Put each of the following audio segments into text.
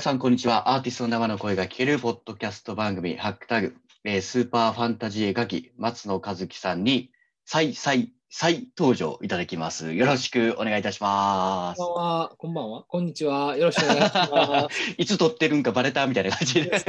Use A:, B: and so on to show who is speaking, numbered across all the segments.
A: さん、こんにちは。アーティストの生の声が聞けるポッドキャスト番組、ハックタグ、えースーパーファンタジー絵描き、松野和樹さんに、再、再、再登場いただきます。よろしくお願いいたしま。
B: こんばんは。こんばんは。こんにちは。よろしくお願いします
A: いつ撮ってるんかバレたみたいな感じ で、
B: す。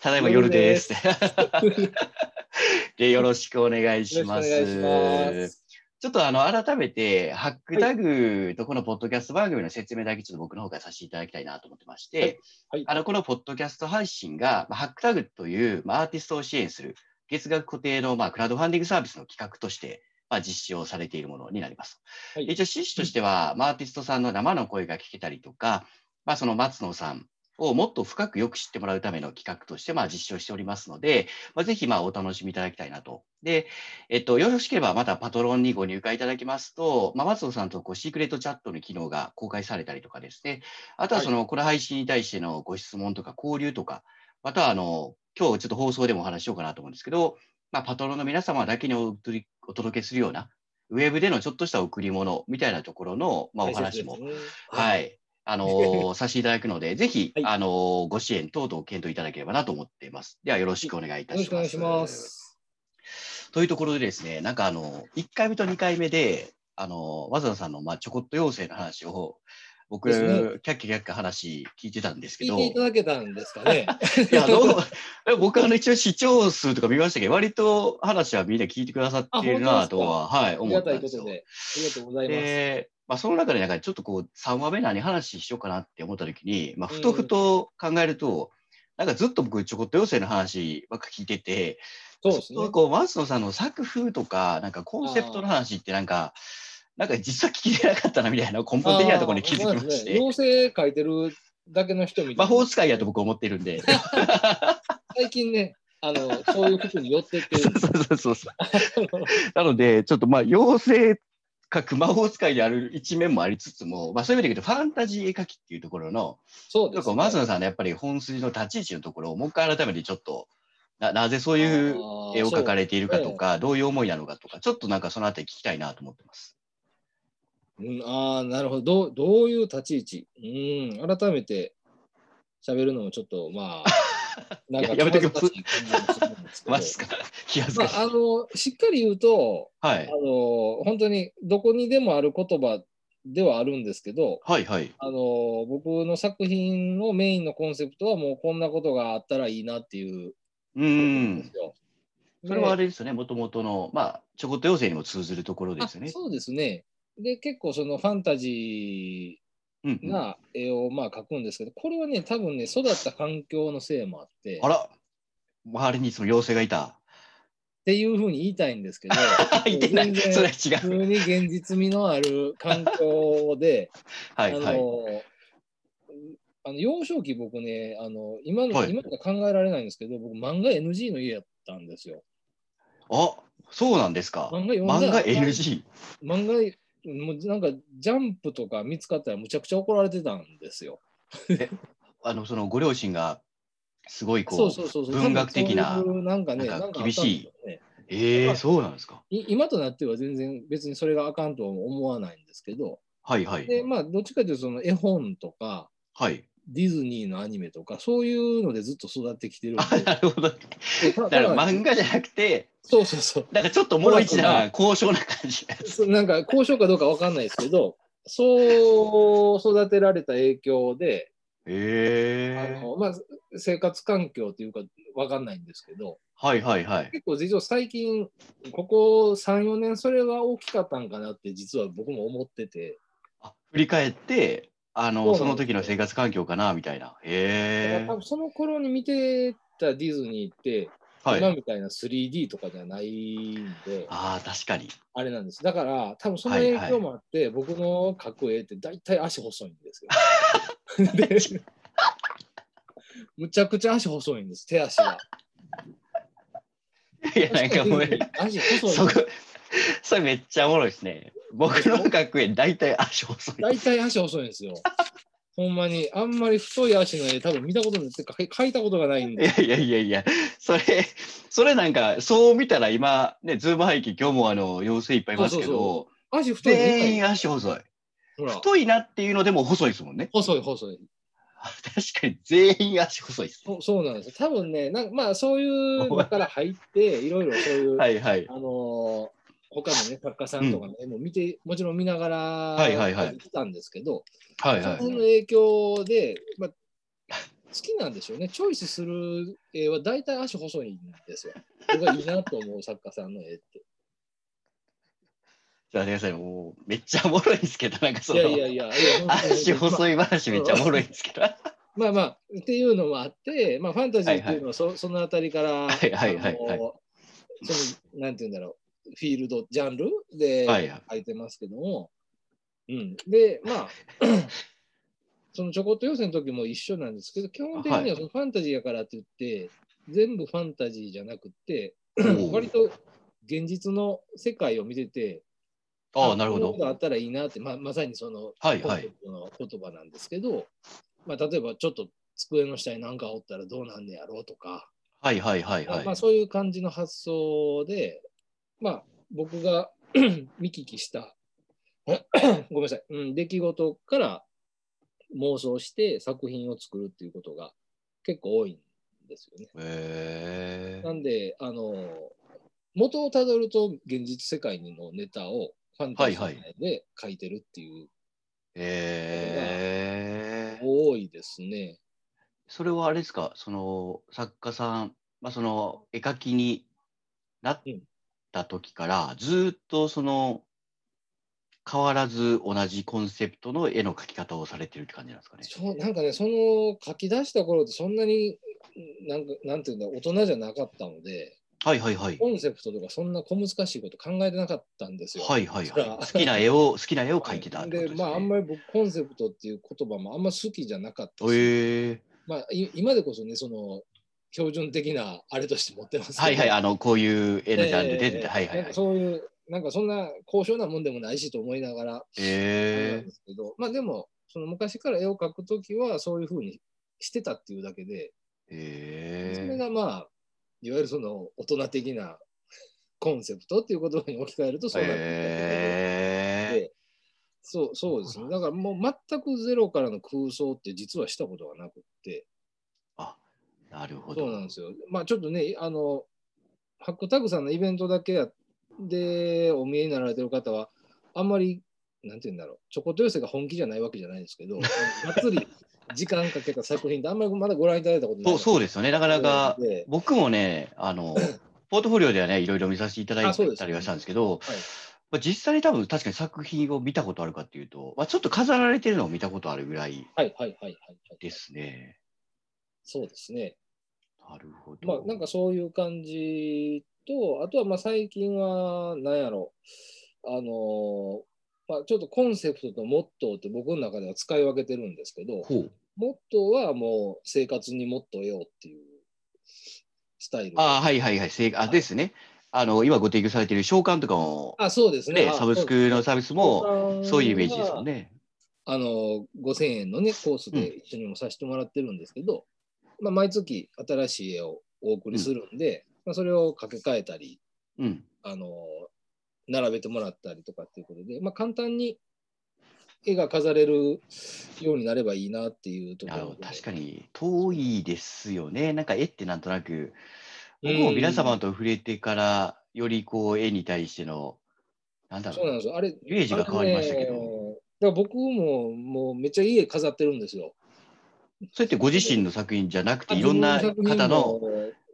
A: ただいま夜です。 でよろしくお願い し
B: よろしくお
A: ま
B: 願
A: す。
B: いします。
A: ちょっとあの改めて、ハックタグとこのポッドキャスト番組の説明だけちょっと僕の方からさせていただきたいなと思ってまして、
B: はいはい
A: あのこのポッドキャスト配信が、まあハックタグという、まあ、アーティストを支援する月額固定の、まあ、クラウドファンディングサービスの企画として、まあ、実施をされているものになります。
B: はい
A: 一応趣旨としては、まあアーティストさんの生の声が聞けたりとか、まあ、その松野さんをもっと深くよく知ってもらうための企画として、まあ、実証しておりますので、まあ、ぜひまあお楽しみいただきたいなと。で、えっと、よろしければまたパトロンにご入会いただきますと、まあ、松尾さんとこうシークレットチャットの機能が公開されたりとかですね、あとはその、この配信に対してのご質問とか交流とか、またはあの今日ちょっと放送でもお話ししようかなと思うんですけど、まあ、パトロンの皆様だけにお取りお届けするような、ウェブでのちょっとした贈り物みたいなところの、まあ、お話も、
B: は。
A: はいい、あの ーさせていただくので、ぜひ、
B: はい
A: あのーご支援等々検討いただければなと思っています。では、よろしくお願い
B: よ
A: いた
B: ろ
A: しま
B: し
A: す。
B: くお願いします。
A: というところでですね、なんかあの、1回目と2回目で、あの、わざわざさんの、まあ、ちょこっと妖精の話を、僕、
B: ですね
A: キャッキャキャッキャ話聞いてたんですけ
B: 聞い
A: ど、
B: ていただけたんですかね。
A: いや、どうも、僕、あの、一応視聴数とか見ましたけど、割と話はみんな聞いてくださっているなとは、はい、
B: あり
A: 思
B: が
A: った
B: たい
A: んで
B: こ
A: すよ
B: と。で。ありがとうございます。
A: で、まあ、その中でなんかちょっとこう3話目何話しようかなって思った時に、まあ、
B: うん
A: ふとふと考えると、なんかずっと僕ちょこっと妖精の話ばっか聞いてて
B: そうですね
A: ずっと。こう松野さんの作風とかなんかコンセプトの話ってなんかなんか実は聞いてなかったなみたいな根本的なところに気づきま
B: あーそうで
A: し
B: すね
A: て。
B: 妖精書いてるだけの人みた
A: 魔
B: い
A: 法
B: な。
A: 使いやと僕思ってる んで。
B: 最近ね、あの、そういう服に寄ってってるんです。
A: そうそうそうそう。 なので、ちょっとまあ、妖精か魔法使いである一面もありつつも、まあ、そういう意味で言うと、ファンタジー絵描きっていうところの、
B: そう
A: ちょ
B: で
A: っ
B: す
A: と
B: ね。
A: 松野さんのやっぱり本筋の立ち位置のところをもう一回改めてちょっとななぜそういう絵を描か
B: れ
A: れているかとか、どういう思いなのかとかちょっとなんかそのあたり聞きたいなと思ってます。
B: うん、ああ、なるほど。どうどういう立ち位置うん、改めて喋るのもちょっと、まあ、 なんか
A: ややめときます
B: 気まずかしい感じもするんですけど
A: マジですか気恥ず
B: ま
A: かしい。
B: あ、あの、しっかり言うと、
A: は
B: あ
A: い、
B: の、本当にどこにでもある言葉ではあるんですけど、
A: はいはい
B: あの、僕の作品のメインのコンセプトはもうこんなことがあったらいいなっていうう
A: う。
B: んよ。
A: それはあ
B: れ
A: れですよね、もともとの、まあ、ちょこっと妖精にも通ずるところですよね。
B: そうですね。で、結構そのファンタジー、
A: うんうん、あ
B: な絵をまあ描くんですけど、これはね、多分ね、育った環境のせいもあって、っ
A: ら、周りにその妖精がいた。、
B: ていうふうに言いたいんですけど
A: いてない、
B: 全然
A: それは違
B: 普通
A: う。
B: に現実味のある環境で、
A: は
B: あ
A: い
B: の、
A: はい。
B: あの幼少期僕ね、あの今の、
A: はい
B: 今の考えられないんですけど、僕漫画 NG の家やったんですよ。
A: あそうなんですか。
B: 漫画読んだ
A: 漫
B: ら
A: 画 NG。
B: 漫画もうなんかジャンプとか見つかったらむちゃくちゃ怒られてたんですよ。
A: あの、そのご両親が、すごいこう、
B: そうそうそうそう。
A: 文学的な
B: 多分そういうなんかね、
A: な
B: なんん
A: か
B: かあったんでしょう
A: 厳しい
B: ね。
A: ええそうなんですか。
B: い今となっては全然別にそれがあかんとは思わないんですけど、
A: はいはい。
B: でまあ、どっちかというとその絵本とか
A: はい。
B: ディズニーのアニメとかそういうのでずっと育ってきてるん
A: あ、 なるほど。だ
B: で、だ
A: から漫画じゃなくて、
B: そうそうそう
A: なんかちょっともう一段高尚な感 じのやつ。
B: そう、なんか交渉かどうかわかんないですけど、そう育てられた影響で、
A: え
B: あ
A: え
B: のまあ、生活環境というかわかんないんですけど、
A: はいはいはい。
B: 結構実は最近、ここ3、4年それが大きかったんかなって実は僕も思ってて。
A: あ振り返って、あの、
B: そ
A: そ
B: うな
A: の
B: んですよ
A: 時の生活環境かな、みたいな。
B: だから
A: ええ
B: 多分その頃に見てたディズニーって、
A: はい。
B: 今
A: あ
B: みたいな 3D とかじゃないんで、
A: あー、確かに。
B: あれなんです。だから、多分その影響もあって、僕の描く絵って大体足細いんです よ。で、むちゃくちゃ足細いんです、手足が。
A: いや、なんかもう、
B: 足細い
A: そこ、それめっちゃおもろいですね。僕の学園、大体足遅い。
B: 大体足細いんですよ。ほんまに、あんまり太い足の絵、多分見たことないってか、描いたことがないん
A: い
B: で。
A: やいやいやいや、それ、それなんか、そう見たら今、ね、ズーム背景、今日もあの、妖精いっぱいいますけ
B: そう
A: ど、
B: 足太いの見ない
A: 全員足細い。
B: ほら、
A: 太いなっていうのでも細いですもんね。
B: 細い細い。
A: 確かに全員足細いですね。
B: そうそうなんですよ。多分ね、なんまあそういうのから入って、いろいろそういう、
A: はいはい。
B: あのー他のね、作家さんとかの絵も見て、もちろん見ながら、
A: いはいはい
B: 来たんですけど、
A: はい
B: その
A: はい。
B: 辺の影響で、まあ、好きなんでしょうね。チョイスする絵は大体足細いんですよ。僕がいいなと思う作家さんの絵 って。
A: じゃあ、皆さん、もうめっちゃおもろいですけど、なんかそ
B: い
A: の、
B: やいやいや、いや本当に
A: 足細い話めっちゃおもろいですけ ど。は
B: まあまあ、っていうのもあって、まあ、ファンタジーっていうのはそ,、そのあたりから、
A: はいはいはいはい
B: あのそのなんて言うんだろう、フィールド、ジャンルで
A: いはい。
B: 書いてますけども、うん、で、まあ、 そのちょこっと寄せの時も一緒なんですけど、基本的にはそのファンタジーやからって言って、全部ファンタジーじゃなくて、
A: おう
B: 割と現実の世界を見てて、
A: ああ、なるほ
B: こういうことあっ
A: ど。
B: たらいいなって、まあ、まさにその、
A: はいは
B: コン
A: い。
B: セプトの言葉なんですけど、まあ、例えばちょっと机の下に何かおったらどうなんねやろうとか、
A: はいはいはいはい。
B: まあ、そういう感じの発想で、まあ、僕が 見聞き した、ごめんなさい、うん、出来事から妄想して作品を作るっていうことが結構多いんですよね。
A: へ
B: なんで、あの、元をたどると現実世界のネタをファンタジ
A: はい
B: ーで書いてるっていう
A: え。へえ。
B: 多いですね。
A: それはあれですか、その作家さん、まあ、その絵描きになった時から、ずーっとその変わらず同じコンセプトの絵の描き方をされてるって感じなんですかね。
B: そうなんかねその書き出した頃ってそんなになんかなんていうんだ大人じゃなかったので
A: はいはいはい。
B: コンセプトとかそんな小難しいこと考えてなかったんですよ。
A: はいはい
B: そ
A: は
B: ら
A: い。好きな絵を、好きな絵を描いてたってこと
B: で
A: です
B: まああん
A: ね。
B: まり僕コンセプトっていう言葉もあんま好きじゃなかったし、
A: へえ。
B: まあ、い今でこそねその標準的なあれとして持ってますけど
A: はいはい、あの、こういう絵のジャンルで、
B: ええ
A: はいは
B: なん
A: いは
B: か
A: い。
B: そういうなんかそんな高尚なもんでもないしと思いながらあれなん
A: ええ
B: ですけど、まあでもその昔から絵を描くときはそういうふうにしてたっていうだけで、それ
A: ええ
B: がまあいわゆるその大人的なコンセプトっていう言葉に置き換えるとそうなってるだけ
A: え
B: で、そうそうですねだからもう全くゼロからの空想って実はしたことがなくって
A: あ、なるほど。
B: そうなんですよまあちょっとねあのハックタグさんのイベントだけやでお見えになられてる方はあんまりなんて言うんだろうちょこっと寄せが本気じゃないわけじゃないですけどがっつり時間かけた作品ってあんまりまだご覧いただいたことない
A: そうそうですよね。なかなか
B: ので
A: 僕もね、あの、ポートフォリオではね、いろいろ見させていただ
B: あ
A: い
B: そうです
A: たりはしたんですけど、
B: はい
A: まあ実際に多分確かに作品を見たことあるかっていうと、まあ、ちょっと飾られてるのを見たことあるぐらい
B: はいはいはいはい、はい。
A: ですね。
B: そうですね。
A: なるほど。
B: まあなんかそういう感じと、あとはまあ最近は何やろあのーまあ、ちょっとコンセプトとモットーって僕の中では使い分けてるんですけど、
A: ほう。
B: モットーはもう生活にもっと得ようっていうスタイル。
A: ああ、はいはいはい。正あですね。あの、今ご提供されている召喚とかも、
B: あそうですね。
A: ね、
B: あ
A: サブスクのサービスも、そういうイメージですもん
B: ね。
A: ね。
B: あのー5000円のね、コースで一緒にもさせてもらってるんですけど、まあ、毎月新しい絵をお送りするんで、まあ、それを掛け替えたり、
A: うん。
B: あの並べてもらったりとかっていうことで、まあ、簡単に絵が飾れるようになればいいなっていうとこ
A: あの
B: ろで
A: 確かに遠いですよね。なんか絵ってなんとなく、
B: うん
A: 僕も皆様と触れてから、よりこう絵に対しての、なんだ
B: そう
A: ろ
B: な
A: う、
B: んですよあれイ
A: イメージが変わりましたけ
B: だか
A: ど、
B: ら僕ももうめっちゃ家飾ってるんですよ
A: それってご自身の作品じゃなくて、いろんな方の、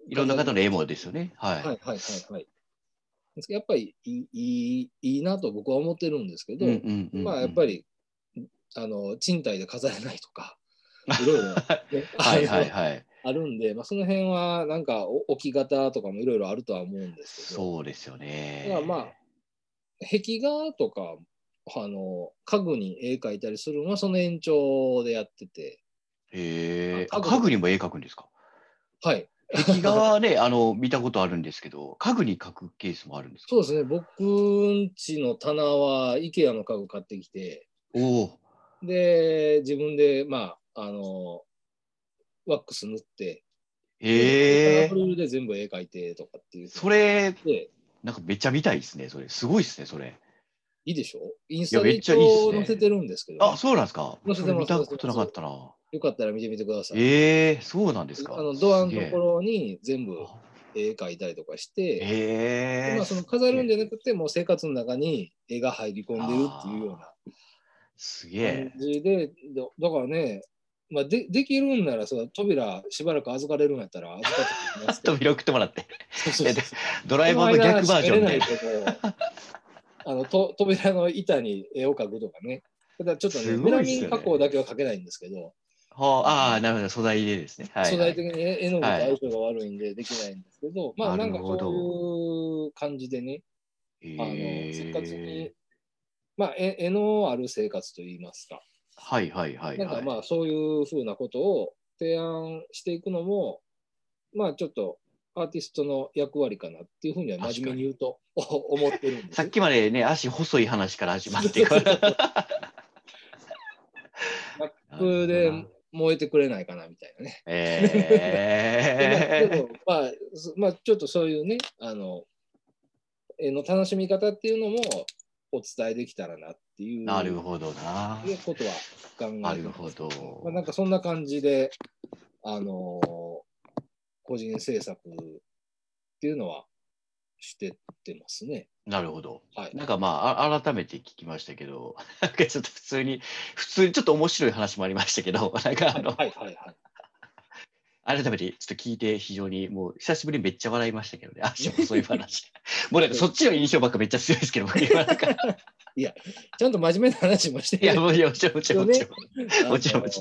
A: いろんな方の絵
B: も
A: もですよね。は。
B: はいいはいはいはいですけどやっぱりいいいいいいなと僕は思ってるんですけど、
A: うんうん
B: まあやっぱ
A: り、
B: りあの賃貸で飾れないと かいろいろ、ね
A: はいはいはい。
B: あるんで、まあ、その辺はなんかお置き方とかもいろいろあるとは思うんですけど、
A: そうですよね。
B: だからまあ壁画とか、あの家具に絵描いたりするのはその延長でやってて、
A: へえ。
B: あ
A: あ
B: 家具
A: 家具にも絵描くんですか
B: はい、
A: 壁画はね、 あの、見たことあるんですけど、家具に描くケースもあるんですか
B: そうですね、僕んちの棚は IKEA の家具買ってきて、
A: おお。
B: で、自分で、まあ、あの、ワックス塗って、
A: へえ
B: カラ。フルで全部絵描いてとかっていう。
A: それ、
B: で、
A: なんかめっちゃ見たいですね、それ。すごいですね、それ。
B: いいでしょインスタ
A: いや
B: で
A: めっ
B: 一
A: ちゃいいっすね
B: 応載せてるんですけどね、
A: あ、そうなんですか。
B: 載せ
A: そ
B: て
A: れ
B: ま
A: 見
B: す
A: たことなかったな。
B: よかったら見てみてください。
A: ええそうなんですか。
B: あのドアの
A: すげ
B: と
A: え
B: ころに全部絵描いたりとかして、
A: ええ
B: まあ、その飾るんじゃなくて、もう生活の中に絵が入り込んでるっていうような
A: すげ
B: 感
A: え。
B: じで、だだからね、まあ、でできるんならその扉しばらく預かれるんやったら預かってきますけ
A: ちょ
B: ど
A: っと見送っても らって。
B: そうそうそう
A: ドラえもんの逆バージョン
B: この間は
A: で。
B: 閉めれないけどあのと扉の板に絵を描くとかね。ただちょっとね、メ
A: すご
B: ラ
A: いっすよ
B: ミ
A: ね
B: ン加工だけは描けないんですけど、
A: ほうああ、なるほど、素材でですね。はい、
B: 素材的
A: に。
B: に絵絵の具と相性が悪いんでできないんですけど、まあなんか
A: なるほど
B: そういう感じでね、あの生活に、まあ絵絵のある生活といいますか、
A: はいはいはい、はい。
B: なんかまあそういうふうなことを提案していくのも、まあちょっとアーティストの役割かなっていうふうには真面目に言うと 思ってるんです。
A: さっきまでね、足細い話から始まって
B: そう
A: か
B: そう そう
A: ら。
B: ラップで燃えてくれないかなみたいなね。でまあでも、ま
A: え
B: あ、そまあ、ちょっとそういうね、あの、絵の楽しみ方っていうのもお伝えできたらなってい
A: ー、
B: う
A: なるほどな。
B: ことは考えて
A: な
B: ます
A: るほど。
B: まあ、なんかそんな感じで、あの個人制作っていうのはしてってますね。
A: なるほど。
B: はい。
A: なんかまああ、改めて聞きましたけど、 なんかちょっと普通に、普通にちょっと面白い話もありましたけど、 なんかあの、
B: はいはいはい。
A: 改めてちょっと聞いて非常にもう久しぶりにめっちゃ笑いました けどね、足細い話。もうなんかそっちの印象ばっかめっちゃ強いですけど、僕今なんか。い
B: ちゃんと真面目な話もして
A: や、もういやもちろん、もちろん、もちろん。もちろん
B: あの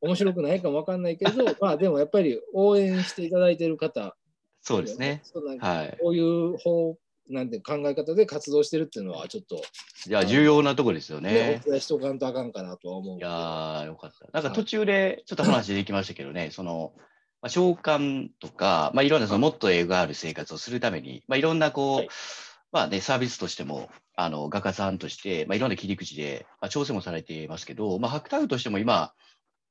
B: 面白くないかもわかんないけど、まあでもやっぱり応援していただいてる方、
A: そうですね。
B: そうなんか
A: はい。
B: こういう方なんて考え方で活動してるっていうのはちょっと、
A: いや、重要なとこですよ
B: ね
A: ね。
B: お伝えしとかんとあかんかなとは思う
A: い
B: んで。
A: やー、よかった。なんか途中でちょっと話できましたけ どね、その、まあ、召喚とか、まあ、いろんなそのもっと絵がある生活をするために、まあ、いろんなこう、
B: はい
A: まあね、サービスとしても、あの画家さんとして、まあ、いろんな切り口で、まあ、調整もされていますけど、まあ、ハクタグとしても今、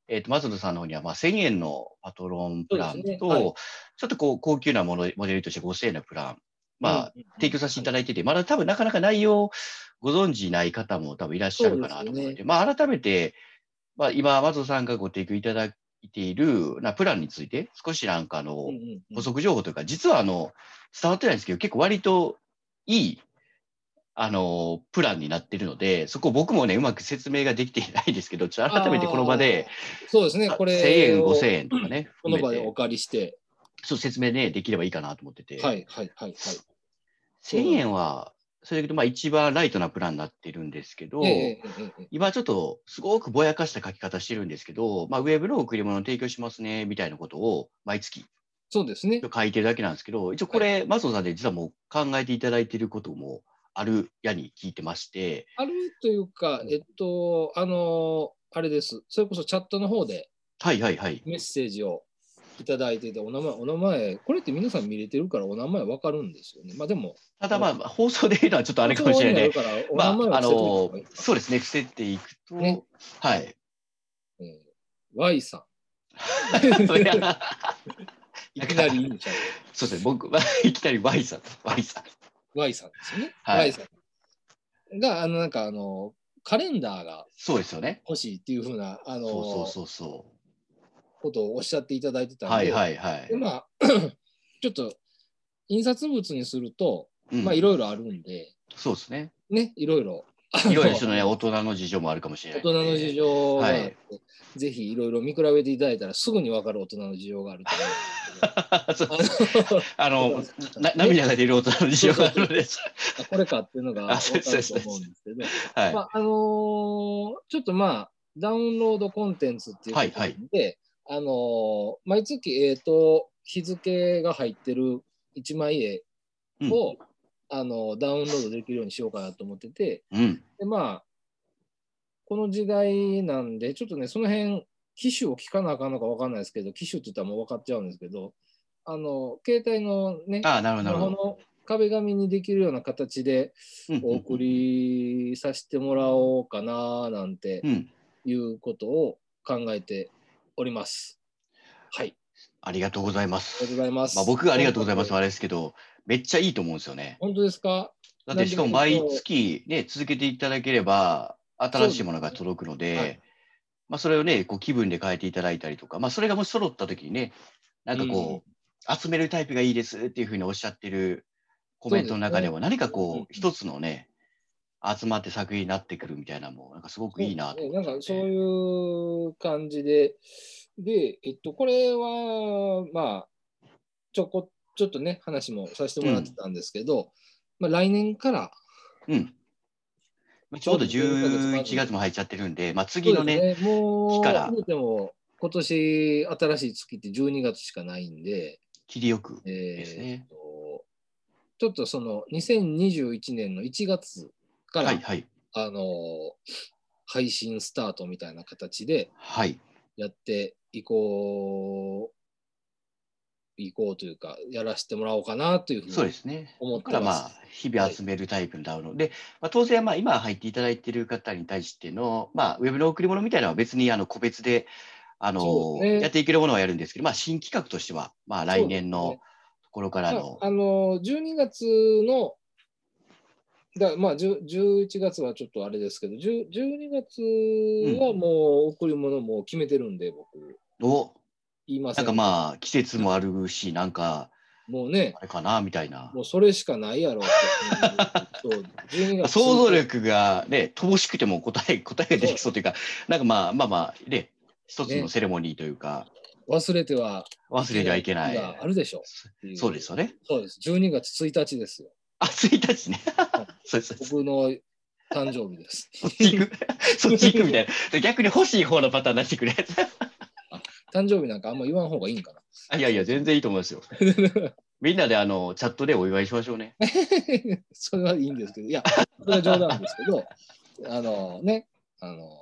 A: えー、と松野さんの方には、まあ、1000円のパトロンプラ
B: そう
A: ンと、
B: ですねはい
A: ちょっとこう高級なものモデルとして5000円のプラン、まあ、
B: うん、
A: 提供させていただいてて、まだ多分なかなか内容をご存じない方も多分いらっしゃるかなと思
B: そ
A: うの
B: う
A: で、
B: です
A: まあ、改めて、まあ、今、松尾さんがご提供いただいているなプランについて、少しなんかあの、
B: うんうんうん
A: 補足情報というか、実はあの伝わってないんですけど、結構割といいあのプランになってるので、そこ僕もね、うまく説明ができていないですけど、ちょっと改めてこの場で、
B: あー、そうですね、
A: あ
B: こ
A: 1000
B: れ、
A: 円、5000円とかね、
B: この
A: 含め
B: 場で
A: て
B: お借りして、
A: そう説明ね、できればいいかなと思ってて、
B: はいはいはい
A: 1000円は、それだけど、まあ、一番ライトなプランになってるんですけど、
B: はい。ええええええ
A: 今ちょっとすごくぼやかした書き方してるんですけど、まあ、ウェブの贈り物を提供しますねみたいなことを毎月
B: そうですね。
A: 書いてるだけなんですけど、一応これ、松尾さんで実はもう考えていただいていることもあるやに聞いてまして、
B: あるというか
A: う、ん
B: えっと、あのーあれです、それこそチャットの方で
A: はいはいはい。
B: メッセージをいただいてて、お名前、お名前、これって皆さん見れてるから、お名前わかるんですよね。まあでも、
A: ただまあ、放送で言うのはちょっとあれかもしれないね。
B: 放送にる
A: ま
B: から、お名前
A: あ、あ
B: は
A: の
B: 伏せとい、た方
A: そうですね、伏せていくと、
B: ね
A: は
B: が
A: い。
B: いいかえー Y さん。
A: それ は
B: いきなりイニシャル。
A: そうですね、僕はいきなり Y さん、Y さん。
B: Y さんですよね。
A: はい
B: Y さんが、あの、なんか、あの、カレンダーが
A: そうですよね。
B: 欲しいっていうふうな、あの、
A: そうそうそうそ
B: ことをおっしゃっていただいて
A: う。
B: たんで、
A: はいはいはい
B: で。まあ、 ちょっと、印刷物にすると、
A: うん
B: まあ、いろいろあるんで、
A: そうですね。
B: ね、いろいろ、
A: いろいろそのね、大人の事情もあるかもしれな
B: 大
A: いんで。
B: 人の事情があって、
A: はい
B: ぜひいろいろ見比べていただいたら、すぐに分かる大人の事情があると思
A: そう
B: うんですけどあ の
A: あの、な涙が出る大人の事情があるのです。
B: あこれかっていうのが
A: あそう
B: 分
A: です
B: かると思うんですけど、
A: はい。
B: まああのーちょっとまあダウンロードコンテンツっていうことなんで、
A: はい
B: あのー毎月、えー、と日付が入ってる一枚絵
A: うん
B: を、あのーダウンロードできるようにしようかなと思ってて
A: うん。
B: でまあこの時代なんでちょっとねその辺機種を聞かなあかんのか分かんないですけど機種って言ったらもう分かっちゃうんですけどあの携帯のね
A: ああ、なるほ
B: ス
A: ど、
B: マ
A: な
B: ホ
A: るほど。
B: の壁紙にできるような形で
A: うん
B: お送。りさせてもらおうかななんて
A: うんうん。
B: いうことを考えております。はい、
A: ありがとうございま
B: ありがと
A: す。
B: うございます。
A: まあ、僕がありがとうございます。あれですけど、めっちゃいいと思うんですよね。
B: 本当ですか
A: だってしかも毎月ね、続けていただければ、新しいものが届くので、
B: はい
A: まあ、それをね、こう気分で変えていただいたりとか、まあ、それがもし揃った時にね、なんかこう、集めるタイプがいいですっていうふうにおっしゃってるコメントの中で
B: そ
A: も、
B: うですね
A: 何か
B: うんう
A: こ
B: ん
A: う、一つのね、集まって作品になってくるみたいなのも、なんかすごくいいなと
B: ね
A: 思
B: なん
A: って
B: かそういう感じで、で、えっと、これは、まあ、ちょこ、ちょっとね、話もさせてもらってたんですけど、まあ、来年から、
A: うん。まあちょうど
B: ちょうど
A: 11月も入っちゃってるんで、まあ、次
B: そ
A: の
B: う
A: ね、
B: ですね、も
A: 木から
B: う、でも、今年新しい月って12月しかないんで、
A: 切りよく。
B: えー
A: すね
B: っとちょっとその2021年の1月から、
A: はいはい。
B: あの配信スタートみたいな形で
A: はい。
B: やっていこう、いこうというか、やらせてもらおうかなというふ
A: そうう
B: に
A: ですね。
B: 思っ
A: だか
B: て
A: らま
B: ま
A: あ
B: す。、
A: 日々集めるタイプのダウンロード。で、まあ、当然、まあ、今入っていただいている方に対しての、まあ、ウェブの贈り物みたいなのは別に、あの、個別で、あ
B: そうで
A: の、
B: すね
A: やっていけるものはやるんですけど、まあ、新企画としては、まあ、来年のところから
B: ま
A: の
B: あ、あの12月のだ、まあ、10 11月はちょっとあれですけど、10 12月はもう贈り物も決めてるんで、僕、
A: を、
B: 言いませ
A: なん
B: ん
A: かまあ、季節もあるし、なんか、
B: もうね、
A: あれかな、みたいな。
B: もうそれしかないやろって。 そう12月
A: 想像力がね、乏しくても答え、答えが出てきそうというか、なんかまあまあまあ、ね、一つのセレモニーというか、
B: 忘れては
A: 忘れてはいけな
B: 日があ
A: い。
B: るでしょってい
A: そうですよね。
B: そうです。12月1日ですよ。
A: あ、1日ね
B: はい。
A: そうそうそ
B: 僕
A: う。
B: の誕生日 です。
A: そっ ち行く。そっち行くみたいな。逆に欲しい方のパターンになしてく れ。
B: 誕生日なんかあんま言わん方がいいんかな。
A: あいやいや、全然いいと思いますよ。みんなであの、チャットでお祝いしましょうね。
B: それはいいんですけど、いや、それは冗談ですけど、 あのね、あの、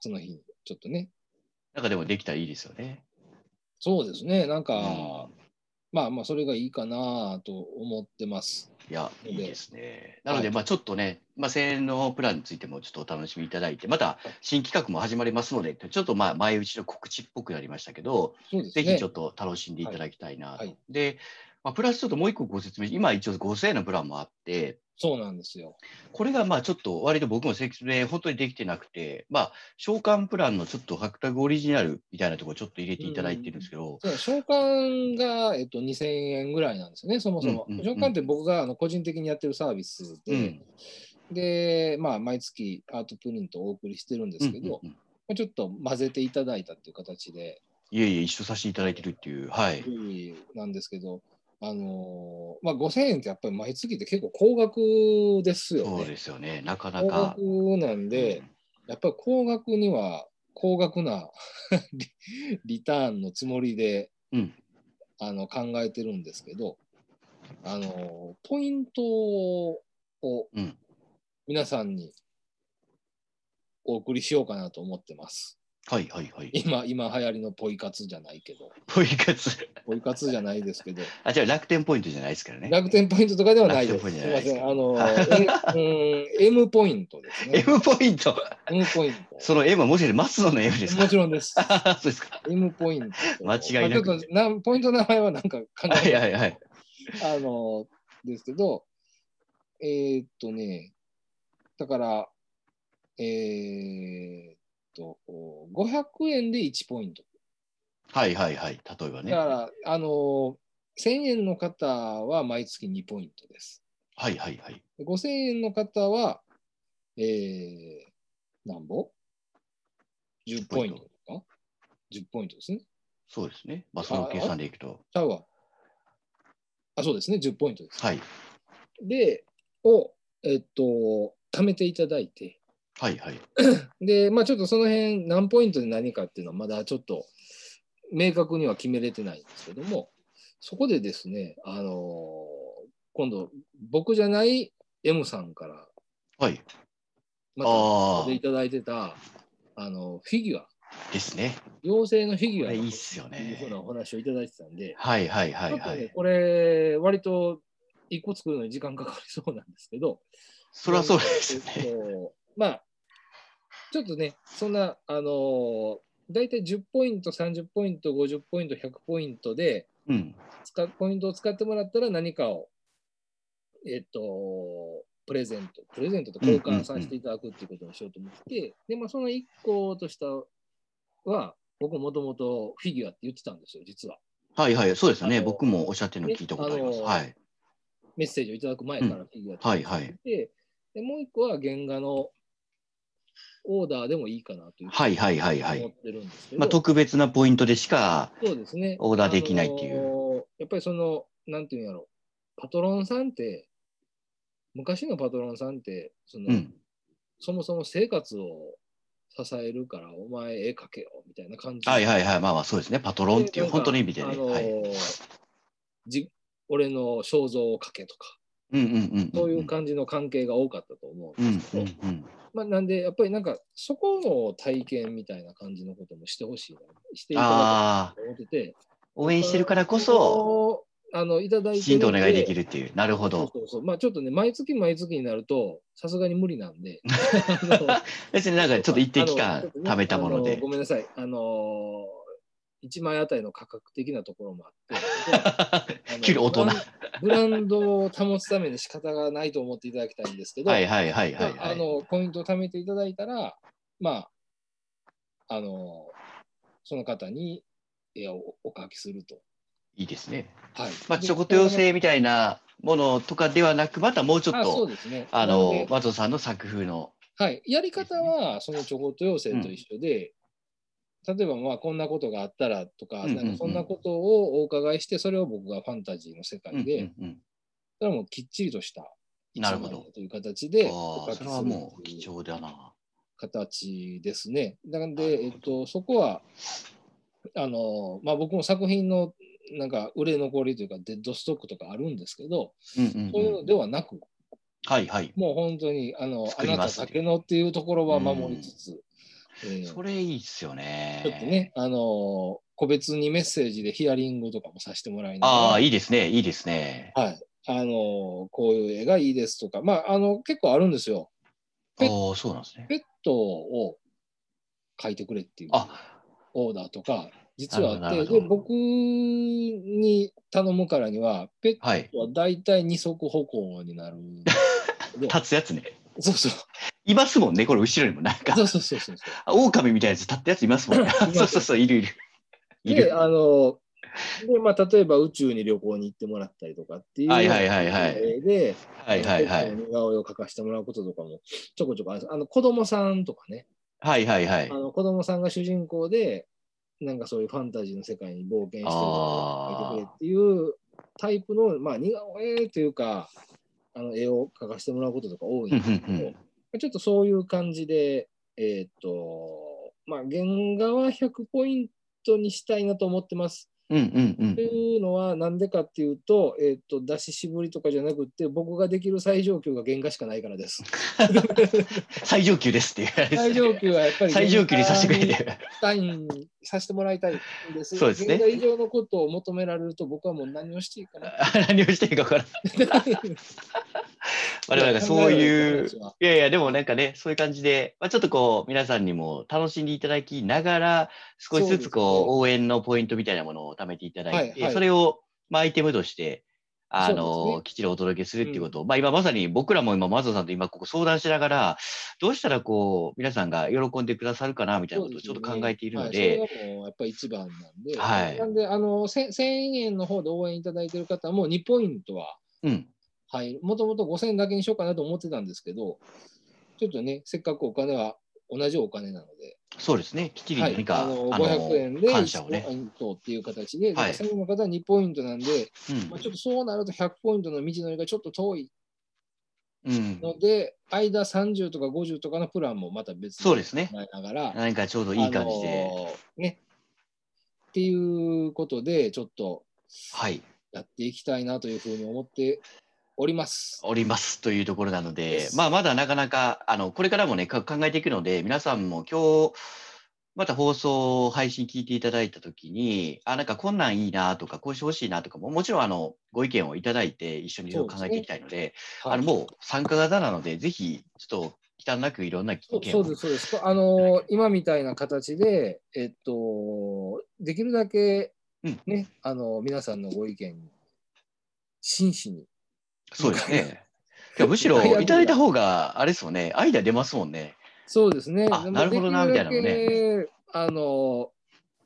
B: その日にちょっとね、
A: なんかでもできたらいいですよね。
B: そうですね、なんか、
A: うん
B: まあまあ、それがいいかなと思ってます。
A: いや、
B: で
A: いいですね。なの
B: は
A: で、
B: い
A: まあちょっとね、まあ、1000円のプランについてもちょっとお楽しみいただいて、また新企画も始まりますので、ちょっとまあ前打ちの告知っぽくなりましたけど、
B: そうです
A: ぜ
B: ね。
A: ひちょっと楽しんでいただきたいなと。
B: はいはい
A: で、まあ、プラスちょっともう一個ご説明、今一応5000円のプランもあって、
B: そうなんですよ。
A: これがまあちょっと割と僕も説明本当にできてなくて、まあ召喚プランのちょっとハクタグオリジナルみたいなところちょっと入れていただいてるんですけど、
B: そう召喚が、えっと、2000円ぐらいなんですよね、そもそも。
A: うんうんうん
B: 召喚って僕があの個人的にやってるサービス
A: う
B: で、
A: ん。
B: で、まあ、毎月アートプリントをお送りしてるんで
A: うん
B: すけど、
A: うんうん
B: まあちょっと混ぜていただいたっていう形で、
A: いえいえ、一緒させていただいてるっていう、はい。
B: なんですけど、あのーまあ、5000円ってやっぱり毎月って結構高額ですよ
A: そう
B: ね。
A: ですよね、なかな
B: 高
A: か。
B: 額なんで、
A: うん
B: やっぱり高額には高額な リリターンのつもりで、
A: うん
B: あの考えてるんですけど、あのポイントを
A: うん
B: 皆さんにお送りしようかなと思ってます。
A: はいはいはい。
B: 今、今流行りのポイ活じゃないけど、
A: ポイ活。
B: ポイ活じゃないですけ ど、
A: あ、じゃあ楽天ポイントじゃないですからね。
B: 楽天ポイントとかではないです。す
A: 楽
B: みま
A: 天ポイントじゃ ないです
B: せん。あの、えうん M ポイントですね。
A: M ポイント。
B: M ポイント。
A: その M はもしかして松野の M です
B: も
A: か
B: ちろん です。
A: あそうですか。
B: M ポイント。
A: 間違いなく
B: まあちょっとなポイントの名前はなんか考
A: は
B: え
A: いはいはい。
B: あの、ですけど、えーっとね、だから、えーっと、お500円で1ポイント。
A: はいはいはい。例えば
B: だ
A: ね。
B: か
A: は
B: ら、あの、1000円の方は毎月2ポイントです。
A: いはいはい。
B: 5000円の方は、えー、なんぼ ?10 ポイントか ?10 ポイントですね。
A: そうですね。まあその計算でいくと。
B: ちゃうわ。あ、そうですね、10ポイントです。
A: はい。
B: で、を、えっと、貯めていただいて、
A: はいはい。
B: で、まあちょっとその辺、何ポイントで何かっていうのは、まだちょっと明確には決めれてないんですけども、そこでですね、あの今度、僕じゃない M さんから、
A: はい。
B: また
A: あ
B: でいただいてた、あの、フィギュア、
A: あ。ですね。
B: 妖精のフィギ
A: こ
B: ュア
A: れいいっ
B: の
A: すよ
B: という
A: ね
B: ふう。なお話をいただいてたんで、
A: はいはいは
B: ちょ
A: い
B: っと
A: は
B: ね
A: い。
B: これ、割と一個作るのに時間かかりそうなんですけど、
A: そりゃそうですよ
B: えっ
A: ね。
B: とまあ、ちょっとね、そんな、あのー大体10ポイント、30ポイント、50ポイント、100ポイントで、
A: うん。
B: 使っポイントを使ってもらったら何かを、えっと、プレゼント、プレゼントと交換させていただくっていうことをしようと思ってて、で、まあ、その一個としたは、僕もともとフィギュアって言ってたんですよ、実は。
A: はいはい、そうですよね。
B: あの
A: 僕もおっしゃってるの聞いたことあります。
B: あの
A: はい。
B: メッセージをいただく前からフィギュアって言ってて、で、もう一個は原画のオーダーでもいいかなというふう
A: はいはいはい
B: に
A: は
B: 思っ
A: い。
B: てるんですけど、
A: まあ、特別なポイントでしか、
B: そうですね。
A: オーダーできないっていう
B: あのーやっぱりその、なんていうんやろパトロンさんって、昔のパトロンさんって、その、
A: うん。
B: そもそも生活を支えるから、お前絵描けよ、みたいな感じ。
A: はいはいはい。まあまあそうですね。パトロンってい
B: な
A: う、
B: んか
A: 本当の意味でね。
B: あのー
A: はい。
B: じ俺の肖像を描けとか、
A: うんうんうんん。
B: そういう感じの関係が多かったと思う
A: うんん
B: ですけ
A: う
B: ど、
A: んうん。
B: まあ、なんで、やっぱりなんか、そこの体験みたいな感じのこともしてほしいな、していただ
A: ああ
B: き、たいと思ってて、
A: 応援してるからこそ、
B: あのいただいて
A: きちんとお願いでき
B: る
A: るっていう。なる
B: の
A: ほ
B: で。そう
A: ど。
B: そうそうまあちょっとね、毎月毎月になると、さすがに無理なん で、あの
A: 別になんかちょっと一定期間貯めたもの
B: あ
A: で。
B: ごめんなさい。あのー、1枚あたりの価格的なところもあっ て、
A: 急に大人
B: あの。ブランブランドを保つために仕方がないと思っていただきたいんですけど、
A: はいはいはいはい、
B: まあ、
A: は
B: あ
A: い。
B: のポイントを貯めていただいたら、まあ、あのその方に絵をお書きすると。
A: いいですね。
B: はい。
A: まあ、ちょこっと妖精みたいなものとかではなく、またもうちょっ
B: あそう
A: と、
B: ですね。
A: あ
B: なので
A: の、松尾さんの作風の。
B: はい、やり方はそのちょこっと妖精と一緒で、例えばまあこんなことがあったらとか,、
A: うんうんうん
B: なんかそんなことをお伺いしてそれを僕がファンタジーの世
A: うんう
B: 界で、
A: んうん
B: それはもうきっちりとした一
A: なるほ
B: 枚
A: ど。
B: という形で
A: あ
B: お書
A: あ、
B: き
A: そ
B: す
A: れ
B: る
A: はもう
B: とい
A: 貴
B: う
A: 重だな。
B: 形ですね。なの
A: なるほ
B: で、
A: ど
B: えっと、そこはあの、まあ、僕も作品のなんか売れ残りというかデッドストックとかあるんですけど、
A: うんうん
B: そういう
A: う
B: の
A: ん、
B: ではなく
A: はいはい。
B: もう本当にあのあ
A: 作り
B: な
A: ま
B: た
A: す
B: だけのっていうところは守りつつ。えー
A: それいいっすよ
B: ちょっとね
A: ね。、
B: あのー個別にメッセージでヒアリングとかもさせてもらいながら、
A: ああ、
B: い
A: いいですね。いいですね。
B: はいあのーこういう絵がいいですとか、まあ、あの結構あるんですよ。
A: あ
B: え
A: あ、そうなんですね。
B: ペットを描いてくれっていう
A: あ、
B: オーダーとか、実はあ
A: な
B: っ
A: る
B: て、
A: ほど
B: で僕に頼むからには、ペッ
A: はい。
B: トは大体二足歩行になるんで
A: 立つやつね。
B: そうそう
A: いますもんね。これ後ろにもなんか
B: そ、うそうそうそう。
A: 狼みたいなやつ立ったやついます もんね。
B: ます
A: そうそうそう、いるいる。い
B: で、
A: る。
B: あの、で、まあ、例えば宇宙に旅行に行ってもらったりとかっていう。
A: はいはいはいはい
B: えーで、
A: はいはいは
B: あ
A: い。
B: の。似顔絵を描かせてもらうこととかもちょこちょこあるんですあの、子供さんとかね、
A: はいはいはい
B: あ。の子供さんが主人公で、なんかそういうファンタジーの世界に冒険してる
A: あ
B: 描
A: ー
B: いてくれっていうタイプの、まあ、似顔絵というか、あの絵を描かせてもらうこととか多いん
A: うんう
B: で
A: ん
B: すけど、
A: うん
B: ちょっとそういう感じで、えーっと、まあ、原画は100ポイントにしたいなと思ってます。
A: うんうんうん
B: と いうのはなんでかっていうと、えっ、と、出し絞りとかじゃなくって、僕ができる最上級が原画しかないからです。
A: 最上級ですっていうあれですね。
B: 最上級はやっぱり
A: 最上級にさせてくれ
B: 原
A: て。
B: 画にさせてもらいたいんです。
A: そうですね
B: 原画以上のことを求められると、僕はもう何をしていいか な。
A: 何をしていいか分からない。我々がそ
B: 考えら
A: ういう。
B: れる
A: いやいや、でもなんかね、そういう感じで、まあ、ちょっとこう、皆さんにも楽しんでいただきながら、少しずつ
B: そうです
A: こう、応援のポイントみたいなものを貯めていただいて、
B: はいはい
A: それを、まあ、アイテムとして、あ
B: そう
A: の、
B: ですね
A: きっちりお届けするっていうことを、まあ今まさに僕らも今、松尾さんと今ここ相談しながら、どうしたらこう、皆さんが喜んでくださるかな、みたいなことをちょっと考えているので、
B: はいそれがもうやっぱり一番なんで、
A: はい
B: なんであのせ1000円の方で応援いただいてる方も2ポイントは
A: うん。
B: はい、もともと5000円だけにしようかなと思ってたんですけど、ちょっとね、せっかくお金は同じお金なので、
A: そうですね。きっちり
B: はい
A: 何か、
B: あの
A: あの
B: 500円で
A: 感謝をね
B: 1。ポイントっていう形で、
A: はい
B: 1000円の方は2ポイントなんで、
A: うん
B: まあ、ちょっとそうなると100ポイントの道のりがちょっと遠い
A: うん。
B: ので、間30とか50とかのプランもまた別
A: そうですね
B: 考えながら、
A: 何かちょうどいい感じで、
B: あのね。っていうことで、ちょっと
A: はい、
B: やっていきたいなというふうに思っております。
A: おりますというところなので
B: で、す
A: まあ、まだなかなか、あの、これからもね、か考えていくので、皆さんも今日、また放送、配信聞いていただいたときに、あ、なんかこんなんいいなとか、こうしてほしいなとかも、もちろん、あの、ご意見をいただいて、一緒にいろいろ考えていきたいので、あの、
B: はい
A: もう参加型なので、ぜひ、ちょっと、忌憚なくいろんな意
B: そう
A: 見
B: そ
A: を
B: うです、そうです。あのー今みたいな形で、えっと、できるだけ
A: うん、
B: ね、あの皆さんのご意見に真摯に
A: そうですね。やむしろいただいた方が、あれですもんね、アイデア出ますもんね。
B: そうですね。
A: あ
B: でも
A: なるほどな
B: でき
A: みたいな
B: だけあの、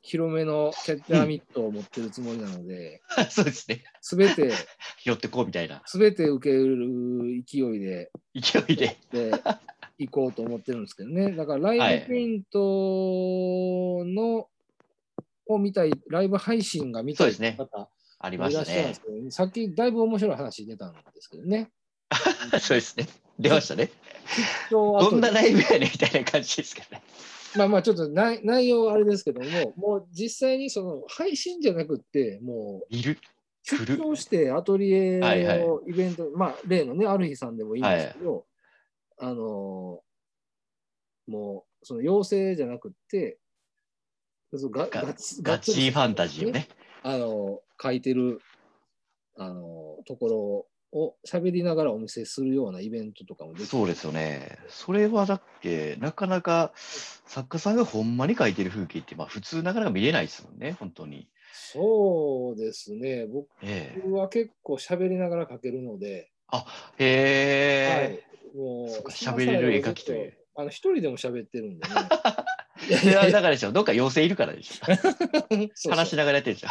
B: 広めのキャッチャーミットを持ってるつもりなので、
A: そうですね。
B: すべて、
A: 拾ってこうみたいな
B: すべて受ける勢いで、
A: 勢いで。
B: で、行こうと思ってるんですけどね。だから、ラ
A: は
B: イ
A: い
B: ブペイントの、を見たい、ライブ配信が見たい
A: そうですね
B: 方、
A: あり
B: い
A: ま
B: らっし
A: し
B: ゃる
A: た
B: んで
A: ね
B: す。けどね、さっきだいぶ面白い話出たんですけどね。
A: そうですね。出ましたね。
B: 今日
A: ど
B: 後
A: ん
B: で
A: なライブやねんみたいな感じですけどね。
B: まあまあちょっと内内容はあれですけども、もう実際にその配信じゃなくって、もう
A: いる。
B: 出張してアトリエ
A: はいはい
B: のイベント、まあ例のね、ある日さんでもいいんですけど、あのーもうその陽性じゃなくって、そのガ
A: ガ
B: ガチ
A: ガチファンタジーを。
B: ガッツリ
A: ね。
B: あのー書いてる、あのーところを喋りながらお見せするようなイベントとかもできて
A: そうですよね。それはだって、なかなか作家さんがほんまに描いてる風景って、まあ普通なかなか見れないですもんね、本当に。
B: そうですね、
A: ええ
B: 僕は結構喋りながら書けるので、
A: あ、へえ。
B: はい、も
A: そう
B: う
A: か喋れる絵描きという。
B: あの一人でも喋ってるんで ね。
A: いやだからでしょ、どっか妖精いるから でしょ。
B: そう
A: 話
B: 話
A: しながらやってるでしょ。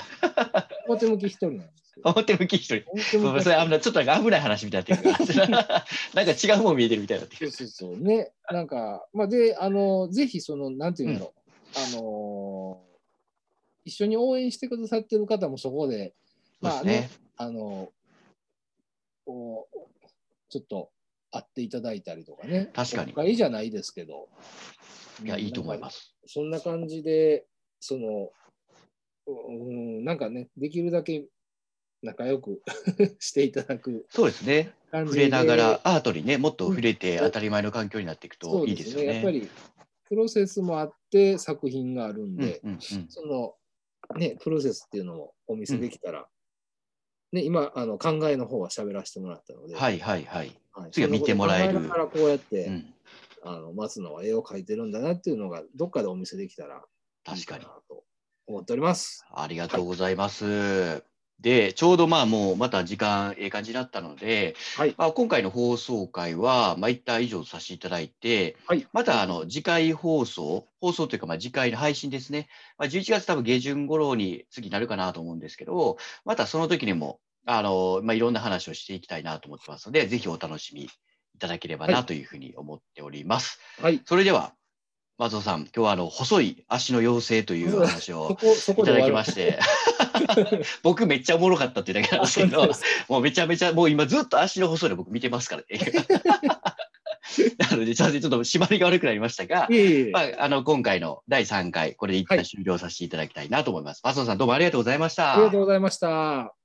B: 表向き一人なんですけど。
A: 表向き一人。
B: 表
A: そう
B: 向き
A: それあのちょっとなんか危ない話みたいになっ てるからなんか違うもん見えてるみたいになって
B: そう
A: る。
B: そうそう。ね、なんか、まあ、で、あの、ぜひ、その、なんていうんだろう。あのー一緒に応援してくださってる方もそこで、
A: そ
B: ま
A: うで
B: あ
A: すね
B: ね。、あのこうちょっと会っていただいたりとかね。
A: 確かに
B: いいじゃないですけど。。
A: いや、いいと思いますす。
B: そんな感じで、その、うん、なんかね、できるだけ仲良く していただく
A: そうですね。
B: 感じ
A: 触
B: で。
A: れながらアートにね、もっと触れて当たり前の環境になっていく
B: そ
A: と
B: う
A: いい
B: で
A: です
B: す
A: よ
B: ね。やっぱ
A: ね。
B: り、プロセスもあって、作品があるん
A: うんう
B: で
A: ん、うん
B: その、ね、プロセスっていうのもお見せできたら、ね、今、あの考えの方は喋らせてもらったので、
A: はいはいは
B: は
A: い。
B: い
A: 次は見てもらえる
B: そんなこと考ながらこうやって、
A: うん、
B: あの松野は絵を描いてるんだなっていうのが、どっかでお見せできたら、
A: 確かに。。
B: と思っております。
A: ありがとうございます。で、ちょうどまあもうまた時間、ええ感じだったので、
B: はい
A: まあ、今回の放送回は、まあ、一旦以上とさせていただいて、
B: はい。
A: またあの次回放送、放送というかまあ次回の配信ですね、まあ、11月多分下旬頃に次なるかなと思うんですけど、またその時にもあの、まあ、いろんな話をしていきたいなと思ってますので、ぜひお楽しみいただければ
B: は
A: ないというふうに思っております。
B: はい。
A: それでは、松尾さん、今日はあの細い足の妖精というお 話
B: そ
A: を
B: こ、そ
A: い
B: こ
A: た
B: で
A: だ
B: 終
A: き
B: わ
A: ま
B: る
A: して、 僕めっちゃおもろかったっていうだけなんですけど、もうめちゃめちゃ、もう今ずっと足の細いの僕見てますから ね。なので、ちょっと締まりが悪くなりましたが、
B: いえいえ。
A: まあ、あの今回の第3回、これで一
B: は
A: 旦
B: い
A: 終了させていただきたいなと思います。松尾さん、どうもありがとうございました。
B: ありがとうございました。